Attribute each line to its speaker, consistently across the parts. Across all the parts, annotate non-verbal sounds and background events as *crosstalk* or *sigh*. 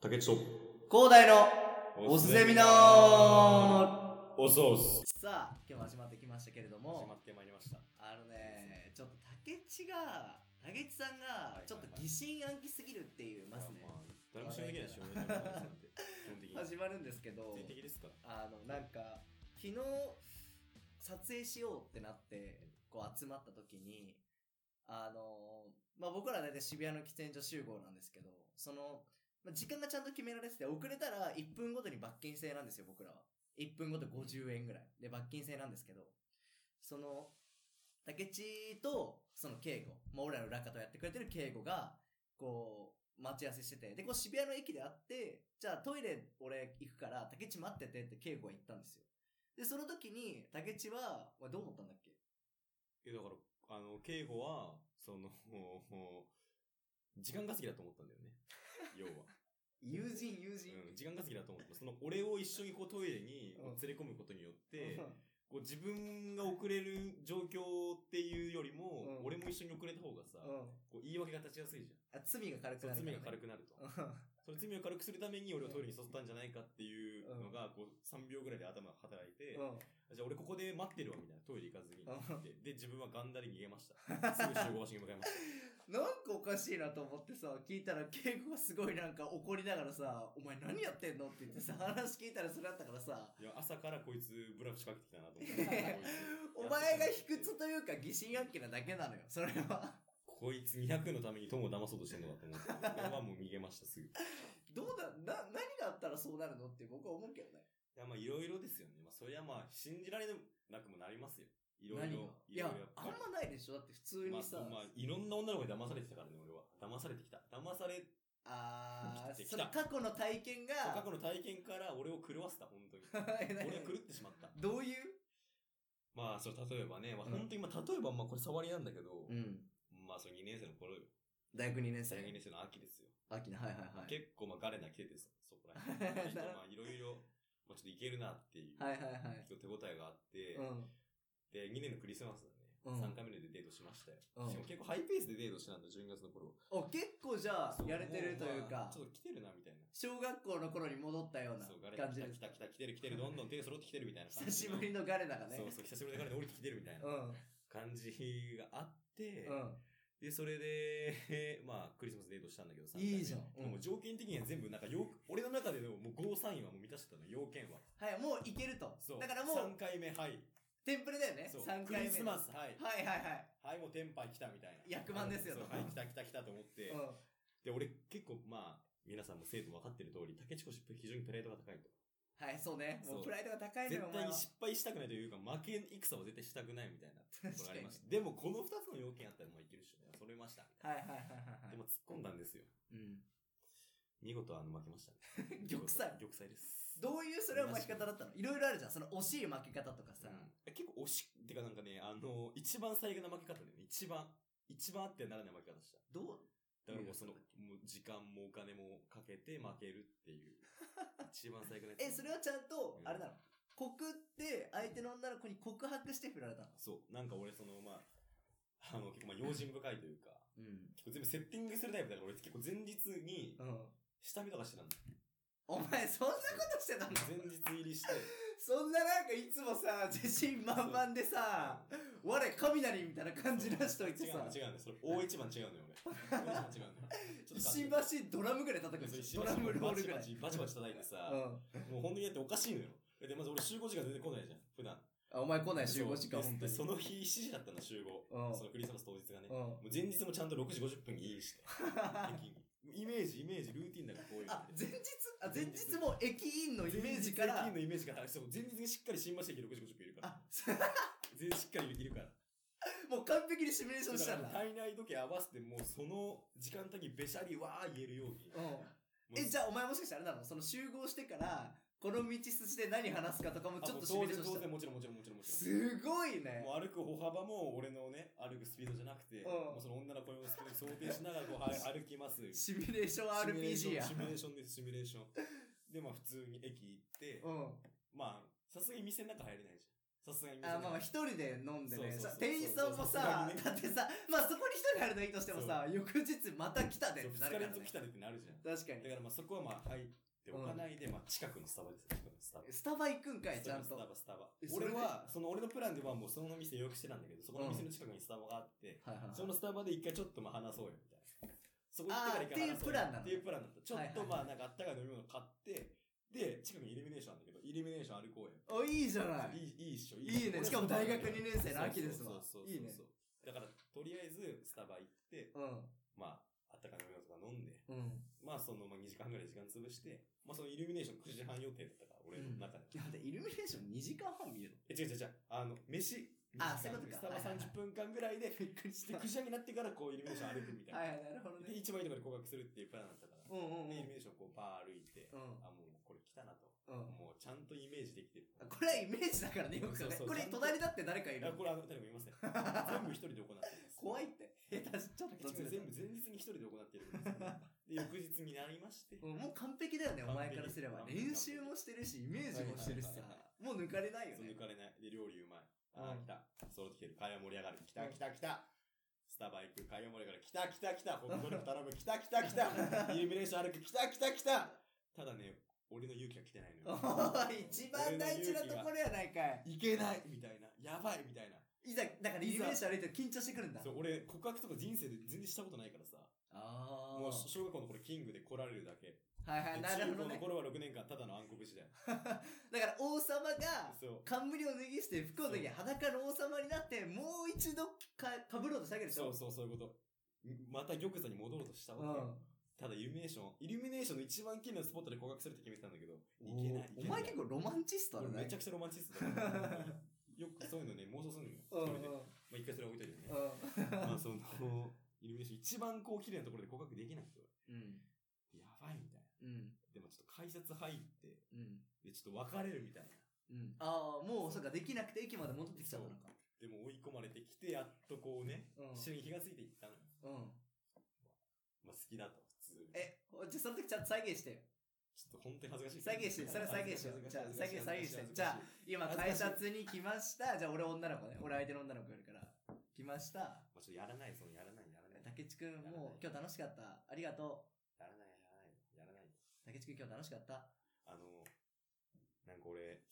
Speaker 1: 竹内と。
Speaker 2: 広大のおすゼミナー
Speaker 1: おすおす。
Speaker 2: さあ今日も始まってきましたけれど
Speaker 1: 始ま
Speaker 2: も
Speaker 1: ってまいりました。
Speaker 2: あのねちょっと竹内が竹内さんがちょっと疑心暗鬼すぎるっていうまずね
Speaker 1: まあまあ誰も信用できないでしょ、俺の話なんて。基 *laughs* 本的に。
Speaker 2: 始まるんですけど
Speaker 1: 全的ですか
Speaker 2: あのなんか昨日撮影しようってなってこう集まった時にあのまあ僕ら大体渋谷の喫煙所集合なんですけどそのまあ時間がちゃんと決められてて遅れたら1分ごとに罰金制なんですよ僕らは1分ごと50円ぐらいで罰金制なんですけどその竹地とその敬吾、まあ、俺らの裏方をやってくれてる敬吾がこう待ち合わせしててでこう渋谷の駅で会ってじゃあトイレ俺行くから竹地待っててって敬吾が言ったんですよでその時に竹地はお前どう思ったんだっけ
Speaker 1: え、だから、あの、敬語は、その、 *laughs* もう時間稼ぎだと思ったんだよね。要は。 *laughs*
Speaker 2: 友人友人、
Speaker 1: うん、時間稼ぎだと思った。その、俺を一緒にこうトイレに
Speaker 2: う
Speaker 1: 連
Speaker 2: ん
Speaker 1: れ込むことによって、こう自分が遅れる状況っていうよりも、
Speaker 2: うん
Speaker 1: 俺も一緒に遅れた方がさ、
Speaker 2: うん、
Speaker 1: こう言い訳が立ちやすいじゃん。
Speaker 2: あ罪が軽く
Speaker 1: そう
Speaker 2: なる
Speaker 1: 罪が軽
Speaker 2: く
Speaker 1: くなると。
Speaker 2: う
Speaker 1: その罪を軽くするために俺をトイレに誘ったんじゃないかっていうのが、こう3秒ぐらいで頭が働いて、
Speaker 2: んうん
Speaker 1: じゃあ俺ここで待ってるわみたいな、トイレ行かずにって。で、自分はガンダリ逃げ
Speaker 2: *laughs*
Speaker 1: ました。すぐ集合場所に向かいまし
Speaker 2: なんかおかしいなと思ってさ、聞いたら、敬語がすごいなんか怒りながらさ、お前何やってんのって言ってさ、話聞いたらそれだったからさ、
Speaker 1: た。いや、朝からこいつブラフ仕掛けてきたなと思って。
Speaker 2: *laughs*
Speaker 1: こいつ
Speaker 2: お前が卑屈というか疑心暗鬼なだけなのよ、それは。
Speaker 1: こいつ200のために友を騙そうとしてんのだと思って。俺はもう逃げました、すぐ。い
Speaker 2: どうだ、な、何があったらそうなるのって僕は思うけどね。
Speaker 1: や、まあいろいろですよね。まあそりゃまあ信じられなくもなりますよ。いろい
Speaker 2: 何が
Speaker 1: ろ。
Speaker 2: いや
Speaker 1: ろろっ、ぱ
Speaker 2: あ
Speaker 1: り
Speaker 2: んまないでしょだって普通にさ、
Speaker 1: まあ、まあ、いろんな女の子に騙されてきたからね、俺は。騙されてきた。騙され、
Speaker 2: あ
Speaker 1: 来て来
Speaker 2: ー、そ
Speaker 1: た
Speaker 2: の過去の体験が、
Speaker 1: 過去の体験から俺を狂わせた、本当
Speaker 2: *laughs*
Speaker 1: に。俺は狂ってしまった。
Speaker 2: どういう
Speaker 1: まあ、それ例えばね、まあ、
Speaker 2: うん
Speaker 1: 本当に、まあ、例えば、まあ、これ触りなんだけど、
Speaker 2: ん。
Speaker 1: まあ、それ2年生の頃よ。
Speaker 2: 大学2
Speaker 1: 大
Speaker 2: 年
Speaker 1: 学2
Speaker 2: 生。
Speaker 1: 年生の秋ですよ。
Speaker 2: 秋の、はいはいはい。
Speaker 1: 結構、まあ、ガレな来てて、そそこら
Speaker 2: *laughs*
Speaker 1: 辺。まあ、ちょっとまあいろいろ、まあ、ちょっといけるなっていう、
Speaker 2: はいはいはい。
Speaker 1: ちょっと手応えがあって、
Speaker 2: うん。
Speaker 1: で、2年のクリスマスだね、
Speaker 2: うん
Speaker 1: 3回目でデートしましたよ。
Speaker 2: うん
Speaker 1: しかも結構ハイペースでデートしてたんだ、12月の頃。
Speaker 2: お、結構じゃあ、やれてるという
Speaker 1: もまあ
Speaker 2: か
Speaker 1: ちょ、っと来てるな、みたいな。
Speaker 2: 小学校の頃に戻ったような
Speaker 1: そう、ガレ来
Speaker 2: 感じ
Speaker 1: た
Speaker 2: で
Speaker 1: 来
Speaker 2: す。
Speaker 1: た来た来てる来てる、どんどん手揃ってきてるみたいな感
Speaker 2: *laughs* 久
Speaker 1: じ。
Speaker 2: しぶりのガレだがね。
Speaker 1: そうそう、久しぶりだからね降りてきてるみたいな
Speaker 2: うん。
Speaker 1: 感じがあって、
Speaker 2: うん。
Speaker 1: で、それで、 *laughs* まあ、クリスマスデートしたんだけどさ。
Speaker 2: いいじゃん
Speaker 1: みた
Speaker 2: うん
Speaker 1: なもう条件的には全部、なんか、よく、俺の中でのもうゴーサインはもう満たしてたの、要件は。
Speaker 2: はい、もういけると。
Speaker 1: そう。
Speaker 2: だからも
Speaker 1: 3
Speaker 2: う、
Speaker 1: 回目、はい。
Speaker 2: テンプレだよね。
Speaker 1: そう
Speaker 2: 3回目。
Speaker 1: クリスマス、はい。
Speaker 2: はいはいはい。
Speaker 1: はい、もう天杯来たみたいな。
Speaker 2: 役満ですよ
Speaker 1: そうはい、来た来た来たと思って。
Speaker 2: うん。
Speaker 1: で、俺結構、まあ、皆さんも生徒も分かってる通り、竹内子非常にプライドが高いと。
Speaker 2: はい、そうね。も
Speaker 1: そうう
Speaker 2: プライドが高いのよ、
Speaker 1: 絶
Speaker 2: お前
Speaker 1: 対に
Speaker 2: は。
Speaker 1: 失敗したくないというか、負け戦は絶対したくないみたいなところがありまし
Speaker 2: 確
Speaker 1: た。でも、この二つの要件あったらもういけるっしょね。揃えました。みたい
Speaker 2: はいはいはいはいは。
Speaker 1: ないでも、突っ込んだんですよ。
Speaker 2: うん。
Speaker 1: 見事、あの、負けましたね。
Speaker 2: *laughs* 玉砕
Speaker 1: *laughs* 玉砕です。
Speaker 2: どういうそれは負け方だったのいろいろあるじゃん。その惜しい負け方とかさ。
Speaker 1: うん結構惜しい、ってかなんかね、あの、一番最悪な負け方だよね。一番、一番あってはならない負け方した。
Speaker 2: どう
Speaker 1: だからもうその、
Speaker 2: い
Speaker 1: も
Speaker 2: や
Speaker 1: う時間もお金もかけて負けるって
Speaker 2: *laughs*
Speaker 1: いう。一番最悪なやつ
Speaker 2: え、それはちゃんと
Speaker 1: う、ん
Speaker 2: あれなの告って、相手の女の子に告白して振られたの
Speaker 1: そう。なんか俺その、まあ、あの、結構まあ、用心深いというか、
Speaker 2: うん。
Speaker 1: 結構全部セッティングするタイプだから俺結構前日に
Speaker 2: うん。
Speaker 1: 下見とかしてたんだ。
Speaker 2: お前、そんなことしてたの
Speaker 1: 前日入りして。
Speaker 2: そんななんかいつもさ、自信満々でさ、我、雷みたいな感じ出しといて
Speaker 1: 違う
Speaker 2: さ
Speaker 1: の、違うの。それ大一番違うのよ俺。大一番違うのよ。ちょっ
Speaker 2: *laughs*
Speaker 1: と
Speaker 2: 石橋ドラムぐらい叩くんです
Speaker 1: そ
Speaker 2: よ。
Speaker 1: う
Speaker 2: ドラムロールぐら
Speaker 1: バ
Speaker 2: い。
Speaker 1: チバチバチバチバチ叩いて
Speaker 2: う
Speaker 1: さ、
Speaker 2: ん。
Speaker 1: もう本当にやっておかしいのよ。で、まず俺集合時間全然来ないじゃん、普段。
Speaker 2: あ、お前来ない集合時間、
Speaker 1: そう
Speaker 2: 本
Speaker 1: で
Speaker 2: 当
Speaker 1: でそ
Speaker 2: に。
Speaker 1: の日7時だったの、集合。
Speaker 2: うん
Speaker 1: そのクリスマス当日がね。
Speaker 2: う
Speaker 1: も
Speaker 2: ん。
Speaker 1: う前日もちゃんと6時50分にインして。駅にイメージ、イメージ、ルーティンだからこういうの
Speaker 2: あ
Speaker 1: っ、て。
Speaker 2: 前日あ、前日も駅員のイメージから。
Speaker 1: 前日駅員のイメージから、そう、前日にしっかり新橋駅6時50分いるから。
Speaker 2: あ、 *laughs* そう
Speaker 1: 全然しっかりいるから。
Speaker 2: もう完璧にシミュレーションしたん
Speaker 1: *laughs* だ
Speaker 2: だ。
Speaker 1: から体内時計合わせて、もうその時間帯にべしゃりわー言えるように。
Speaker 2: うん。え、じゃあお前もしかしてあれなのその集合してから、この道筋で何話すかとかも
Speaker 1: あ
Speaker 2: ちょっ
Speaker 1: もう
Speaker 2: とシミュ
Speaker 1: 当
Speaker 2: レーショ
Speaker 1: 然、当然、
Speaker 2: ンしたの。
Speaker 1: もちろん、もちろん、もちろん、もちろん。
Speaker 2: すごいね。
Speaker 1: もう歩く歩幅も俺のね、歩くスピードじゃなくて、
Speaker 2: うん
Speaker 1: もうその女の子のスピード想定しながら
Speaker 2: *laughs*
Speaker 1: こうはい歩きます。シ
Speaker 2: シミュレーション
Speaker 1: ミュレーショ
Speaker 2: RPG
Speaker 1: ン
Speaker 2: や。
Speaker 1: シミュレーションです、シミュレーション。で、まあ普通に駅行って、
Speaker 2: うん。
Speaker 1: まあ、さすがに店の中入れないじゃん。さすがに。
Speaker 2: あまあまあ一人で飲んでね
Speaker 1: そうそうそう
Speaker 2: さ店員さんもさ
Speaker 1: そうそうそう
Speaker 2: だってさまあそこに一人あるのはいいとしてもさ翌日また来たで
Speaker 1: そう
Speaker 2: ってな
Speaker 1: 二
Speaker 2: るか
Speaker 1: 日
Speaker 2: ら
Speaker 1: 連
Speaker 2: ね
Speaker 1: 続来たでってなるじゃん。
Speaker 2: 確か
Speaker 1: だからまあそこはまあ入っておかないで、まあ近くのスタバですよ。スタバ
Speaker 2: にスタバ行くんかいちゃん
Speaker 1: スタバ
Speaker 2: と、
Speaker 1: スタバ
Speaker 2: え。それ
Speaker 1: 俺
Speaker 2: で
Speaker 1: は、その俺のプランではもうその店予約してたんだけど、そこの店の近くにスタバがあって、
Speaker 2: はいはいはい
Speaker 1: そのスタバで一回ちょっとまあ話そうよみたいな。そこ行ってから一回話そうよ
Speaker 2: あー
Speaker 1: っていうプランだった。ちょっと
Speaker 2: はい
Speaker 1: まあなんかあったかい飲み物買って、で、近くにイルミネーションあるんだけど、イルミネーション歩こうよ。
Speaker 2: おいいじゃない
Speaker 1: いい、いいっしょ。
Speaker 2: いいねしかも大学2年生の秋ですわ
Speaker 1: そうそうそうそう
Speaker 2: いいね
Speaker 1: だから、とりあえずスタバ行って、まあ、あったかい飲み物とか飲んで、
Speaker 2: うんうん
Speaker 1: まあその、まあ、2時間ぐらい時間潰して、まあそのイルミネーション9時半予定だったから、俺の中で。
Speaker 2: いやだってイルミネーション2時間半見る
Speaker 1: え、違う違う違う、あの、飯、
Speaker 2: あ
Speaker 1: 2時間
Speaker 2: そういうこと
Speaker 1: スタバ
Speaker 2: かは
Speaker 1: 30分間ぐらい
Speaker 2: いはいはい
Speaker 1: で、
Speaker 2: びっくりし
Speaker 1: で、9時半になってからこうイルミネーション歩くみたいな。
Speaker 2: はいはいなるほど
Speaker 1: で、
Speaker 2: ね
Speaker 1: 一番いいところで告白するっていうプランだったから。
Speaker 2: うんうんう
Speaker 1: で、イルミネ
Speaker 2: ん
Speaker 1: ーションこうバー歩いて、
Speaker 2: うん
Speaker 1: あ、もうこれ来たなと。
Speaker 2: うん
Speaker 1: もうちゃんとイメージできてる。
Speaker 2: これはイメージだからねよく考
Speaker 1: そうそ
Speaker 2: え
Speaker 1: う
Speaker 2: こ
Speaker 1: ち
Speaker 2: れ
Speaker 1: ゃんと
Speaker 2: 隣だって誰かい
Speaker 1: いや、
Speaker 2: る
Speaker 1: これあの、誰もいません。全部一人で行ってます。
Speaker 2: 怖いって下手しちょっと
Speaker 1: 全部、全部前日に一人で行ってるんですけどで、翌日になりまして、
Speaker 2: うんもう完璧だよねお
Speaker 1: 完璧
Speaker 2: 前からすれば
Speaker 1: 完璧
Speaker 2: 練習もしてるしイメージもしてるしさ
Speaker 1: はいはいは
Speaker 2: もう抜かれないよ
Speaker 1: そう
Speaker 2: ね
Speaker 1: 抜かれない。で、料理うまい。あ
Speaker 2: う
Speaker 1: ー、来
Speaker 2: ん
Speaker 1: た。揃ってきてる。会話盛り上がる。来た、
Speaker 2: う
Speaker 1: 来
Speaker 2: ん
Speaker 1: た、来た。スタバ行く。会話盛り上がる。来た、来た、来た。ホットドッグ頼む。来た、来た、来
Speaker 2: *laughs*
Speaker 1: た。イルミネーション歩く。来た、来た、来た。ただね、俺の勇気は来てないのよ。
Speaker 2: *laughs* おい一番大事なところやないかい
Speaker 1: いけないみたいな。やばいみたいな。
Speaker 2: いざだからイルミネーション歩いてると緊張してくるんだ
Speaker 1: そう、俺、告白とか人生で全然したことないからさ。
Speaker 2: あ
Speaker 1: もう、小学校の頃、キングで来られるだけ。
Speaker 2: あはいはい
Speaker 1: で
Speaker 2: な
Speaker 1: 中
Speaker 2: るほ
Speaker 1: 高の
Speaker 2: どね
Speaker 1: 頃は6年間、ただの暗黒時代。
Speaker 2: だから王様が
Speaker 1: そう。
Speaker 2: 冠を脱ぎ捨て服を脱ぎ
Speaker 1: そう
Speaker 2: 裸の王様になってもう一度かかぶろうとしたわけでし
Speaker 1: そ
Speaker 2: ょ
Speaker 1: うそう、そういうこと。また玉座に戻ろうとしたわけよ。ただイルミネーション、イルミネーションの一番綺麗なスポットで告白するって決めてたんだけど、
Speaker 2: う
Speaker 1: い
Speaker 2: ん
Speaker 1: けない。
Speaker 2: お前結構ロマンチスト
Speaker 1: 構
Speaker 2: だね
Speaker 1: めちゃくちゃロマンチストだから *laughs* よくそういうのね、妄想するのよ。
Speaker 2: う
Speaker 1: 一
Speaker 2: んうん
Speaker 1: 人でまあ一回それは置いといてね。
Speaker 2: う
Speaker 1: まあその、イルミネーション一番こう綺麗なところで告白できないと。
Speaker 2: ん
Speaker 1: やばいみたいな。
Speaker 2: うん
Speaker 1: でもちょっと改札入って、
Speaker 2: うん
Speaker 1: でちょっと別れるみたいな。
Speaker 2: うんああもうそうかできなくて駅まで戻ってきちゃったのか
Speaker 1: でも追い込まれてきて、やっとこうね、
Speaker 2: うん
Speaker 1: 一緒に火がついていったのよ。
Speaker 2: うん
Speaker 1: まあ好きだと、普通に。
Speaker 2: えじゃあその時ちゃんと再現して
Speaker 1: ちょっと本当に恥ずかしい。
Speaker 2: 再現してそれは再現しようじゃあ再現再現してじゃあ今改札に来ましたじゃあ俺女の子ね俺相手の女の子やるから来ました
Speaker 1: まあ、ちょっとやらない、そのやらない、やらない。
Speaker 2: 竹内くんもう今日楽しかったありがと
Speaker 1: やらない、やらない、やらない。
Speaker 2: う竹内くん今日楽しかった
Speaker 1: あの、なんか俺、好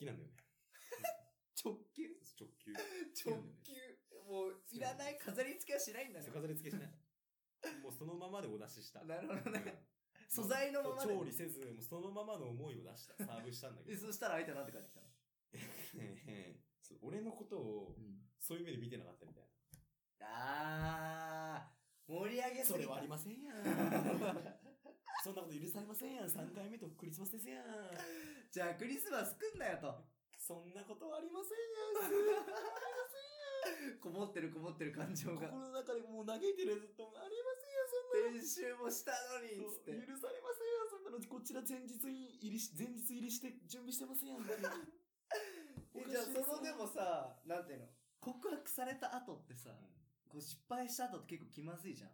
Speaker 1: きなんだよね。
Speaker 2: 直球
Speaker 1: 直
Speaker 2: *laughs*
Speaker 1: 球。
Speaker 2: 直球もういらない飾り付けはしないんだね
Speaker 1: 飾り付けしない。もうそのままでお出しした。
Speaker 2: なるほどね
Speaker 1: う
Speaker 2: 素材のま
Speaker 1: ん
Speaker 2: まで
Speaker 1: 調理せず、もうそのままの思いを出した。サーブしたんだけ
Speaker 2: え *laughs*
Speaker 1: ど
Speaker 2: そ。したら相手なんて返ってきたの
Speaker 1: そう俺のことを
Speaker 2: う、ん
Speaker 1: そういう目で見てなかったみたいな。
Speaker 2: あー盛り上げすぎた
Speaker 1: それはありませんやん。
Speaker 2: *laughs*
Speaker 1: そんなこと許されませんやん。3回目とクリスマスですやん。
Speaker 2: じゃあクリスマス来んなよと
Speaker 1: そんなことはありません
Speaker 2: こもってるこもってる感情が
Speaker 1: やん。心の中でもう嘆いてるやつとありませんやん。
Speaker 2: 練習もしたのにっつって
Speaker 1: 許されませんよ、そんなの。こちら前日に入りし、前日入りして、準備してます
Speaker 2: *laughs*
Speaker 1: やん。
Speaker 2: えじゃあそのでもさなんていうの告白された後ってさ、こう失敗した後って結構気まずいじゃん、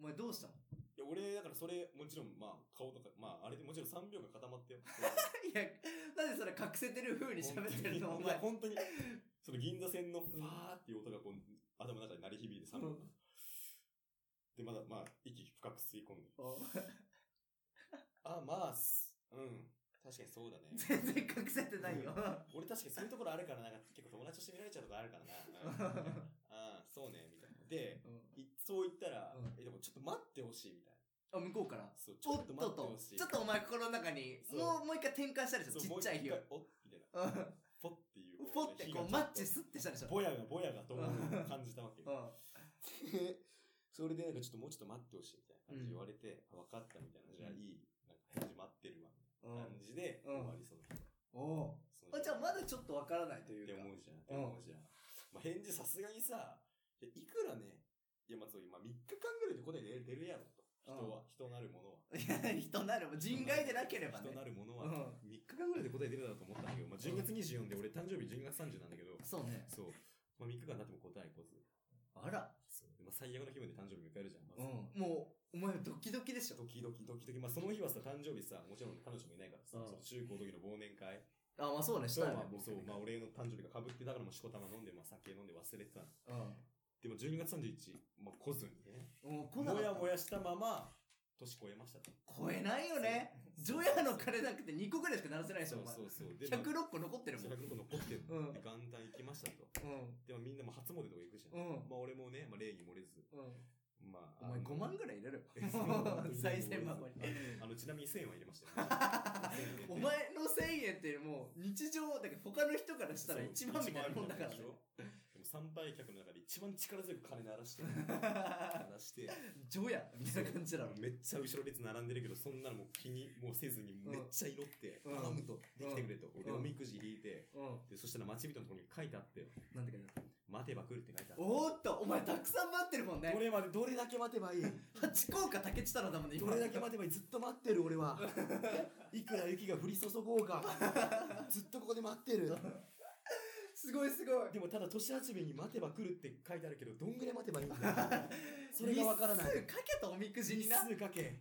Speaker 2: お前どうしたの *laughs*
Speaker 1: いや、俺、だからそれ、もちろん、まあ、顔とか、まあ、あれでもちろん3秒間固まってよ。
Speaker 2: いやなんでそれ隠せてる風に喋ってるの
Speaker 1: い
Speaker 2: お
Speaker 1: や
Speaker 2: 前
Speaker 1: 本当に、その銀座線のファーっていう音がこう、頭の中に鳴り響いて3秒間。で、まだ、まあ、息深く吸い込んで。
Speaker 2: お *laughs*
Speaker 1: あ、まあ、すうん。確かにそうだね。
Speaker 2: 全然隠せてないよ
Speaker 1: 俺確かにそういうところあるから、なんか結構友達として見られちゃうとこあるから
Speaker 2: *laughs*
Speaker 1: な。うんああ、そうね、みたいな。で、
Speaker 2: うん
Speaker 1: いそう言ったら、
Speaker 2: うん
Speaker 1: え、でもちょっと待ってほしいみたいな。
Speaker 2: あ向こうから
Speaker 1: そう、ち
Speaker 2: お
Speaker 1: ょ
Speaker 2: っ
Speaker 1: っと
Speaker 2: と
Speaker 1: 待っ
Speaker 2: と
Speaker 1: てほしい。
Speaker 2: ちょっとお前心の中に
Speaker 1: そう
Speaker 2: もうもう一回転換したでしょ
Speaker 1: そう
Speaker 2: ちっちゃい火を
Speaker 1: もう一回おっみたいな。
Speaker 2: う
Speaker 1: ポッってい
Speaker 2: ん
Speaker 1: う。
Speaker 2: ポッてこうマッチスッてしたでしょ
Speaker 1: ぼやがぼやがと思うのを感じたわけ
Speaker 2: う
Speaker 1: よ。
Speaker 2: ん
Speaker 1: でそれでなんかちょっともうちょっと待ってほしいみたいな感じで言われて、あ分かったみたいな。じゃあいい。なんか返事待ってるわ。
Speaker 2: うん
Speaker 1: 感じで
Speaker 2: うん
Speaker 1: 終わりそうな。
Speaker 2: おう
Speaker 1: そ
Speaker 2: あ
Speaker 1: の日
Speaker 2: じゃあまだちょっとわからないとい
Speaker 1: っ
Speaker 2: う
Speaker 1: て
Speaker 2: か
Speaker 1: 思うじゃん。って思うじゃん。まあ、返事さすがにさ、いやいくらね、いやまあそう、今3日間ぐらいで答え出る出るやろと。人は、人なるものは。
Speaker 2: いや人なるも人外でなければね
Speaker 1: 人なるものは、
Speaker 2: うん
Speaker 1: 3日間ぐらいで答え出るだろうと思ったんだけど、まあ、10月24で俺誕生日12月30なんだけど、
Speaker 2: そうね
Speaker 1: そう。まあ、3日間経っても答え来ず。
Speaker 2: あら
Speaker 1: そう。まあ、最悪の気分で誕生日迎えるじゃん。まず
Speaker 2: うんもうお前ドキドキでしょ
Speaker 1: ドキドキドキドキ。まあ、その日はさ、誕生日さ、もちろん彼女もいないからさ、
Speaker 2: うん
Speaker 1: その中高の時の忘年会
Speaker 2: あ、まあそうね、したよね
Speaker 1: まあ。僕そう、まあ
Speaker 2: うん。
Speaker 1: 俺の誕生日が被って、だからもうしこたま飲んで、まあ酒飲んで忘れてたの。でも12月31日、まあ来ずにね。
Speaker 2: もう来
Speaker 1: も
Speaker 2: なかった
Speaker 1: やもやしたまま、年越えましたと。
Speaker 2: 超えないよね。ジョヤの金なくて2個ぐらいしか鳴らせないで
Speaker 1: そ
Speaker 2: し
Speaker 1: う
Speaker 2: ょ、お前
Speaker 1: そうそう。で、まあ
Speaker 2: 106個残ってるもん。
Speaker 1: 100個残ってる
Speaker 2: うん
Speaker 1: で、元旦行きましたと。
Speaker 2: うん。
Speaker 1: でもみんなも初詣とか行くじゃん。
Speaker 2: うん
Speaker 1: まあ俺もね、まあ礼儀漏れず。
Speaker 2: うん。
Speaker 1: まあ。
Speaker 2: お前5万ぐらい入れる
Speaker 1: *laughs* そう
Speaker 2: *laughs* 再銭箱に。
Speaker 1: *laughs* あの、ちなみに1000円は入れま
Speaker 2: *laughs*
Speaker 1: したよ、
Speaker 2: お前の1000円ってもう日常、だから他の人からしたら1万みたいなもんだからね
Speaker 1: で。も参拝客の中で一番力強く金鳴らして、 *laughs*
Speaker 2: *laughs*
Speaker 1: 鳴らして、
Speaker 2: ジョヤみたいな感じだろ。
Speaker 1: めっちゃ後ろ列並んでるけど、そんなのもう気にもうせずに、
Speaker 2: ん
Speaker 1: めっちゃ祈って、
Speaker 2: うん
Speaker 1: 頼むと、できてくれと。
Speaker 2: ん
Speaker 1: で、おみくじ引いて、
Speaker 2: う
Speaker 1: で、そしたら町人のところに書いてあって、
Speaker 2: ん。なんて書いてある
Speaker 1: 待てば来るって書いてあって。
Speaker 2: おーっと、お前たくさん待ってるもんね
Speaker 1: ど。れまで、どれだけ待てばいい
Speaker 2: 八甲か竹千太郎だもんね、
Speaker 1: どれだけ待てばいいずっと待ってる俺 *laughs* は。いくら雪が降り注ご *laughs* うが、ずっとここで待ってる。
Speaker 2: すごいすごい。
Speaker 1: でもただ年始めに待てば来るって書いてあるけど、どんぐらい待てばいいん *laughs* だそれがわからない
Speaker 2: 日。数かけたおみくじにな。
Speaker 1: 数かけ。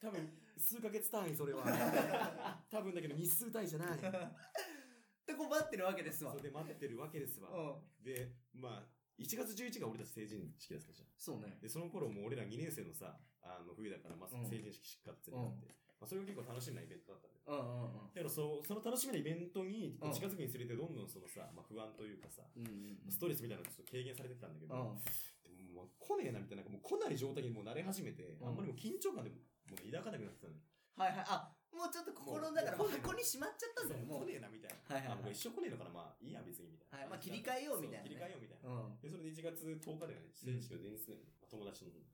Speaker 1: 多分、数ヶ月単位そ
Speaker 2: *laughs*
Speaker 1: れは。多分だけど日数単位じゃない。
Speaker 2: ってこう待ってるわけですわ。
Speaker 1: そうれで待ってるわけですわ。
Speaker 2: ん。
Speaker 1: で、まあ、1月11が俺たち成人式だったじゃん。
Speaker 2: そうね。
Speaker 1: で、その頃もう俺ら2年生のさ、あの冬だから、まあ
Speaker 2: うん
Speaker 1: 成人式しかってなって、
Speaker 2: うん
Speaker 1: まあそれが結構楽しみなイベントだったんだよ。
Speaker 2: うんう
Speaker 1: だ
Speaker 2: ん
Speaker 1: からそその楽しみなイベントに
Speaker 2: うん
Speaker 1: 近づくにつれてどんどんそのさ、まあ、不安というかさ、
Speaker 2: うん。うん
Speaker 1: ストレスみたいなのがちょっと軽減されてったんだけ
Speaker 2: う
Speaker 1: ど、
Speaker 2: ん。うん。
Speaker 1: でももう来ねえなみたいな、なんかもう来ない状態にもう慣れ始めて、
Speaker 2: うん
Speaker 1: あんまりもう緊張感でももう抱かなくなってたのよ。
Speaker 2: はいはい。あ、もうちょっと心の中の箱にしまっちゃったんだよ、も
Speaker 1: そう
Speaker 2: う
Speaker 1: 来。ねえなみたいな。
Speaker 2: はいはいはい
Speaker 1: あもう一生来ねえのからまあいいや別にみたいな。
Speaker 2: はいまあ切り替えようみたいなね
Speaker 1: そ切り替えようみたいな。
Speaker 2: うん。
Speaker 1: で、それで1月10日だよね、成人式の前日、まあ友達と飲んで。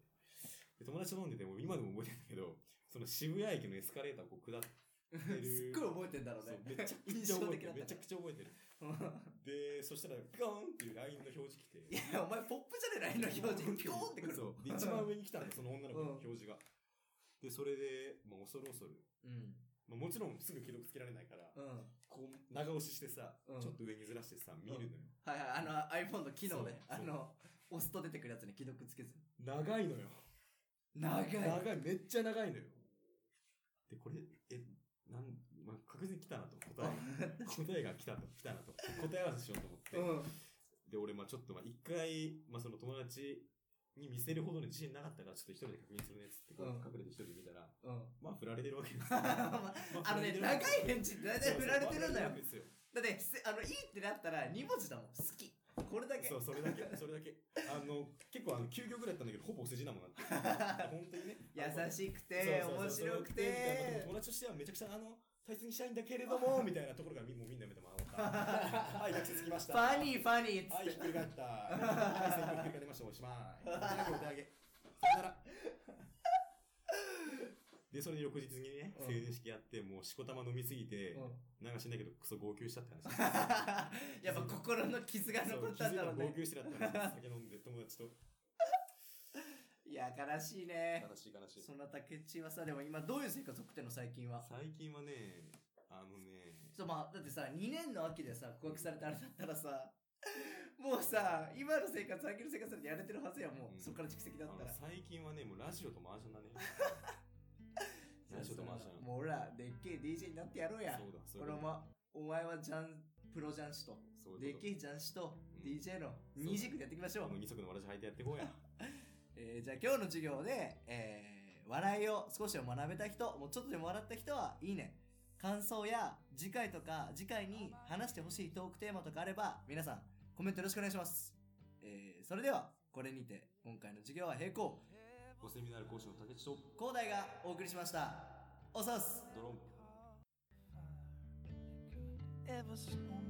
Speaker 1: で友達と飲んでて、もう今でも覚えてるんだけど、その渋谷駅のエスカレーターをこう下ってる。
Speaker 2: すっごい覚えてんだろう
Speaker 1: そう
Speaker 2: ね。
Speaker 1: めちゃく
Speaker 2: 印
Speaker 1: ちゃ
Speaker 2: 象
Speaker 1: 覚え
Speaker 2: 的
Speaker 1: て
Speaker 2: だ
Speaker 1: る。
Speaker 2: っ
Speaker 1: めち
Speaker 2: た
Speaker 1: ゃ
Speaker 2: か
Speaker 1: くちゃ覚えてる。
Speaker 2: ら。
Speaker 1: で、そしたら、ガーンっていう LINE の表示来て。
Speaker 2: いや、お前ポップじゃねえ LINE の表示、ピコーンってくる。
Speaker 1: そう。で、一番上に来たんだよ、その女の子の表示が。で、それで、まあ、恐る恐る。
Speaker 2: うん。
Speaker 1: まあ、もちろんすぐ既読つけられないから、
Speaker 2: うん。
Speaker 1: こう、長押ししてさ、
Speaker 2: うん
Speaker 1: ちょっと上にずらしてさ、見るのよ。
Speaker 2: はいはい。あの iPhone の機能ね。
Speaker 1: そう
Speaker 2: あ
Speaker 1: そう
Speaker 2: の、押すと出てくるやつに既読つけず。
Speaker 1: 長いのよ。
Speaker 2: 長い。
Speaker 1: 長い、めっちゃ長いのよ。で、これ、え、なん、まあ、確実に来たなと、答えが。答えが来たと、来たなと。答え合わせしようと思って。
Speaker 2: うん。
Speaker 1: で、俺、まあ、ちょっと、まあ、一回、まあ、その友達に見せるほどの自信なかったから、ちょっと一人で確認するねっつって、こう
Speaker 2: うん
Speaker 1: 隠れて一人で見たら、
Speaker 2: うん。
Speaker 1: *laughs* まあ、振られてるわけですよ
Speaker 2: *laughs* あのね、長い返事って大体振られてるんだよ。
Speaker 1: そう
Speaker 2: だって、すあの、いいってなったら2文字だもん。好き。これだけ。
Speaker 1: そう、それだけ、それだけ。あの、結構あの、9行ぐらいだったんだけど、ほぼお世辞だもんな
Speaker 2: *laughs*
Speaker 1: って。本当にね。
Speaker 2: 優しく
Speaker 1: そう
Speaker 2: て、
Speaker 1: そう
Speaker 2: 面
Speaker 1: そう
Speaker 2: 白く
Speaker 1: で
Speaker 2: て
Speaker 1: も。友達としてはめちゃくちゃあの、大切にしたいんだけれど
Speaker 2: *laughs*
Speaker 1: も、みたいなところがみもうみんな目でもあった。はい、約束つきまし
Speaker 2: フ
Speaker 1: た。
Speaker 2: ァニーファニーっつっ
Speaker 1: はい、ひ
Speaker 2: て
Speaker 1: っ。くり返った。はい、先行ひっくり返りました。おしま
Speaker 2: *laughs*
Speaker 1: い。お手上げ、お手上げ。さよなら。で、それで翌日にね、
Speaker 2: うん
Speaker 1: 成人式やって、もうしこたま飲みすぎて、
Speaker 2: う
Speaker 1: なんか死んだけど、クソ号泣したって
Speaker 2: *laughs*
Speaker 1: 話。
Speaker 2: ん *laughs* やっぱ心の傷が残ったんだろう
Speaker 1: そう気づいたら号泣して
Speaker 2: ね。
Speaker 1: だったんです酒飲んで友達と。
Speaker 2: いや、悲しいね。
Speaker 1: しい悲し
Speaker 2: そんな竹内はさ、でも今どういう生活送ってんの最近は。
Speaker 1: 最近はね、あのね、
Speaker 2: そう、まあ、だってさ、2年の秋でさ、告白されたあれだったらさ、 *laughs* もうさ、今の生活、最近の生活だってやれてるはずや、もう。
Speaker 1: うん
Speaker 2: そっから蓄積だ
Speaker 1: あ
Speaker 2: っ
Speaker 1: の
Speaker 2: たら。
Speaker 1: 最近はね、もうラジオとマージャンだね。ラジオとマージャン。
Speaker 2: もう俺ら、でっけえ DJ になってやろうや
Speaker 1: そ。うだ、そう
Speaker 2: 俺
Speaker 1: だ。
Speaker 2: も、お前はジャン、プロジャン師と、
Speaker 1: そう
Speaker 2: で
Speaker 1: いう
Speaker 2: っ
Speaker 1: こ
Speaker 2: けえジャン師と
Speaker 1: うん
Speaker 2: DJ の二軸でやっていきましょ
Speaker 1: と。
Speaker 2: う
Speaker 1: あの。二足のわらじ履いてやってこうや。
Speaker 2: えーじゃあ今日の授業で、えー笑いを少しでも学べた人、もうちょっとでも笑った人はいいね。感想や次回とか次回に話してほしいトークテーマとかあれば皆さんコメントよろしくお願いします。えーそれではこれにて今回の授業は閉校。
Speaker 1: ごセミナール講師の竹内と
Speaker 2: 広大がお送りしました。おさす
Speaker 1: ドロンプ。
Speaker 3: ever small.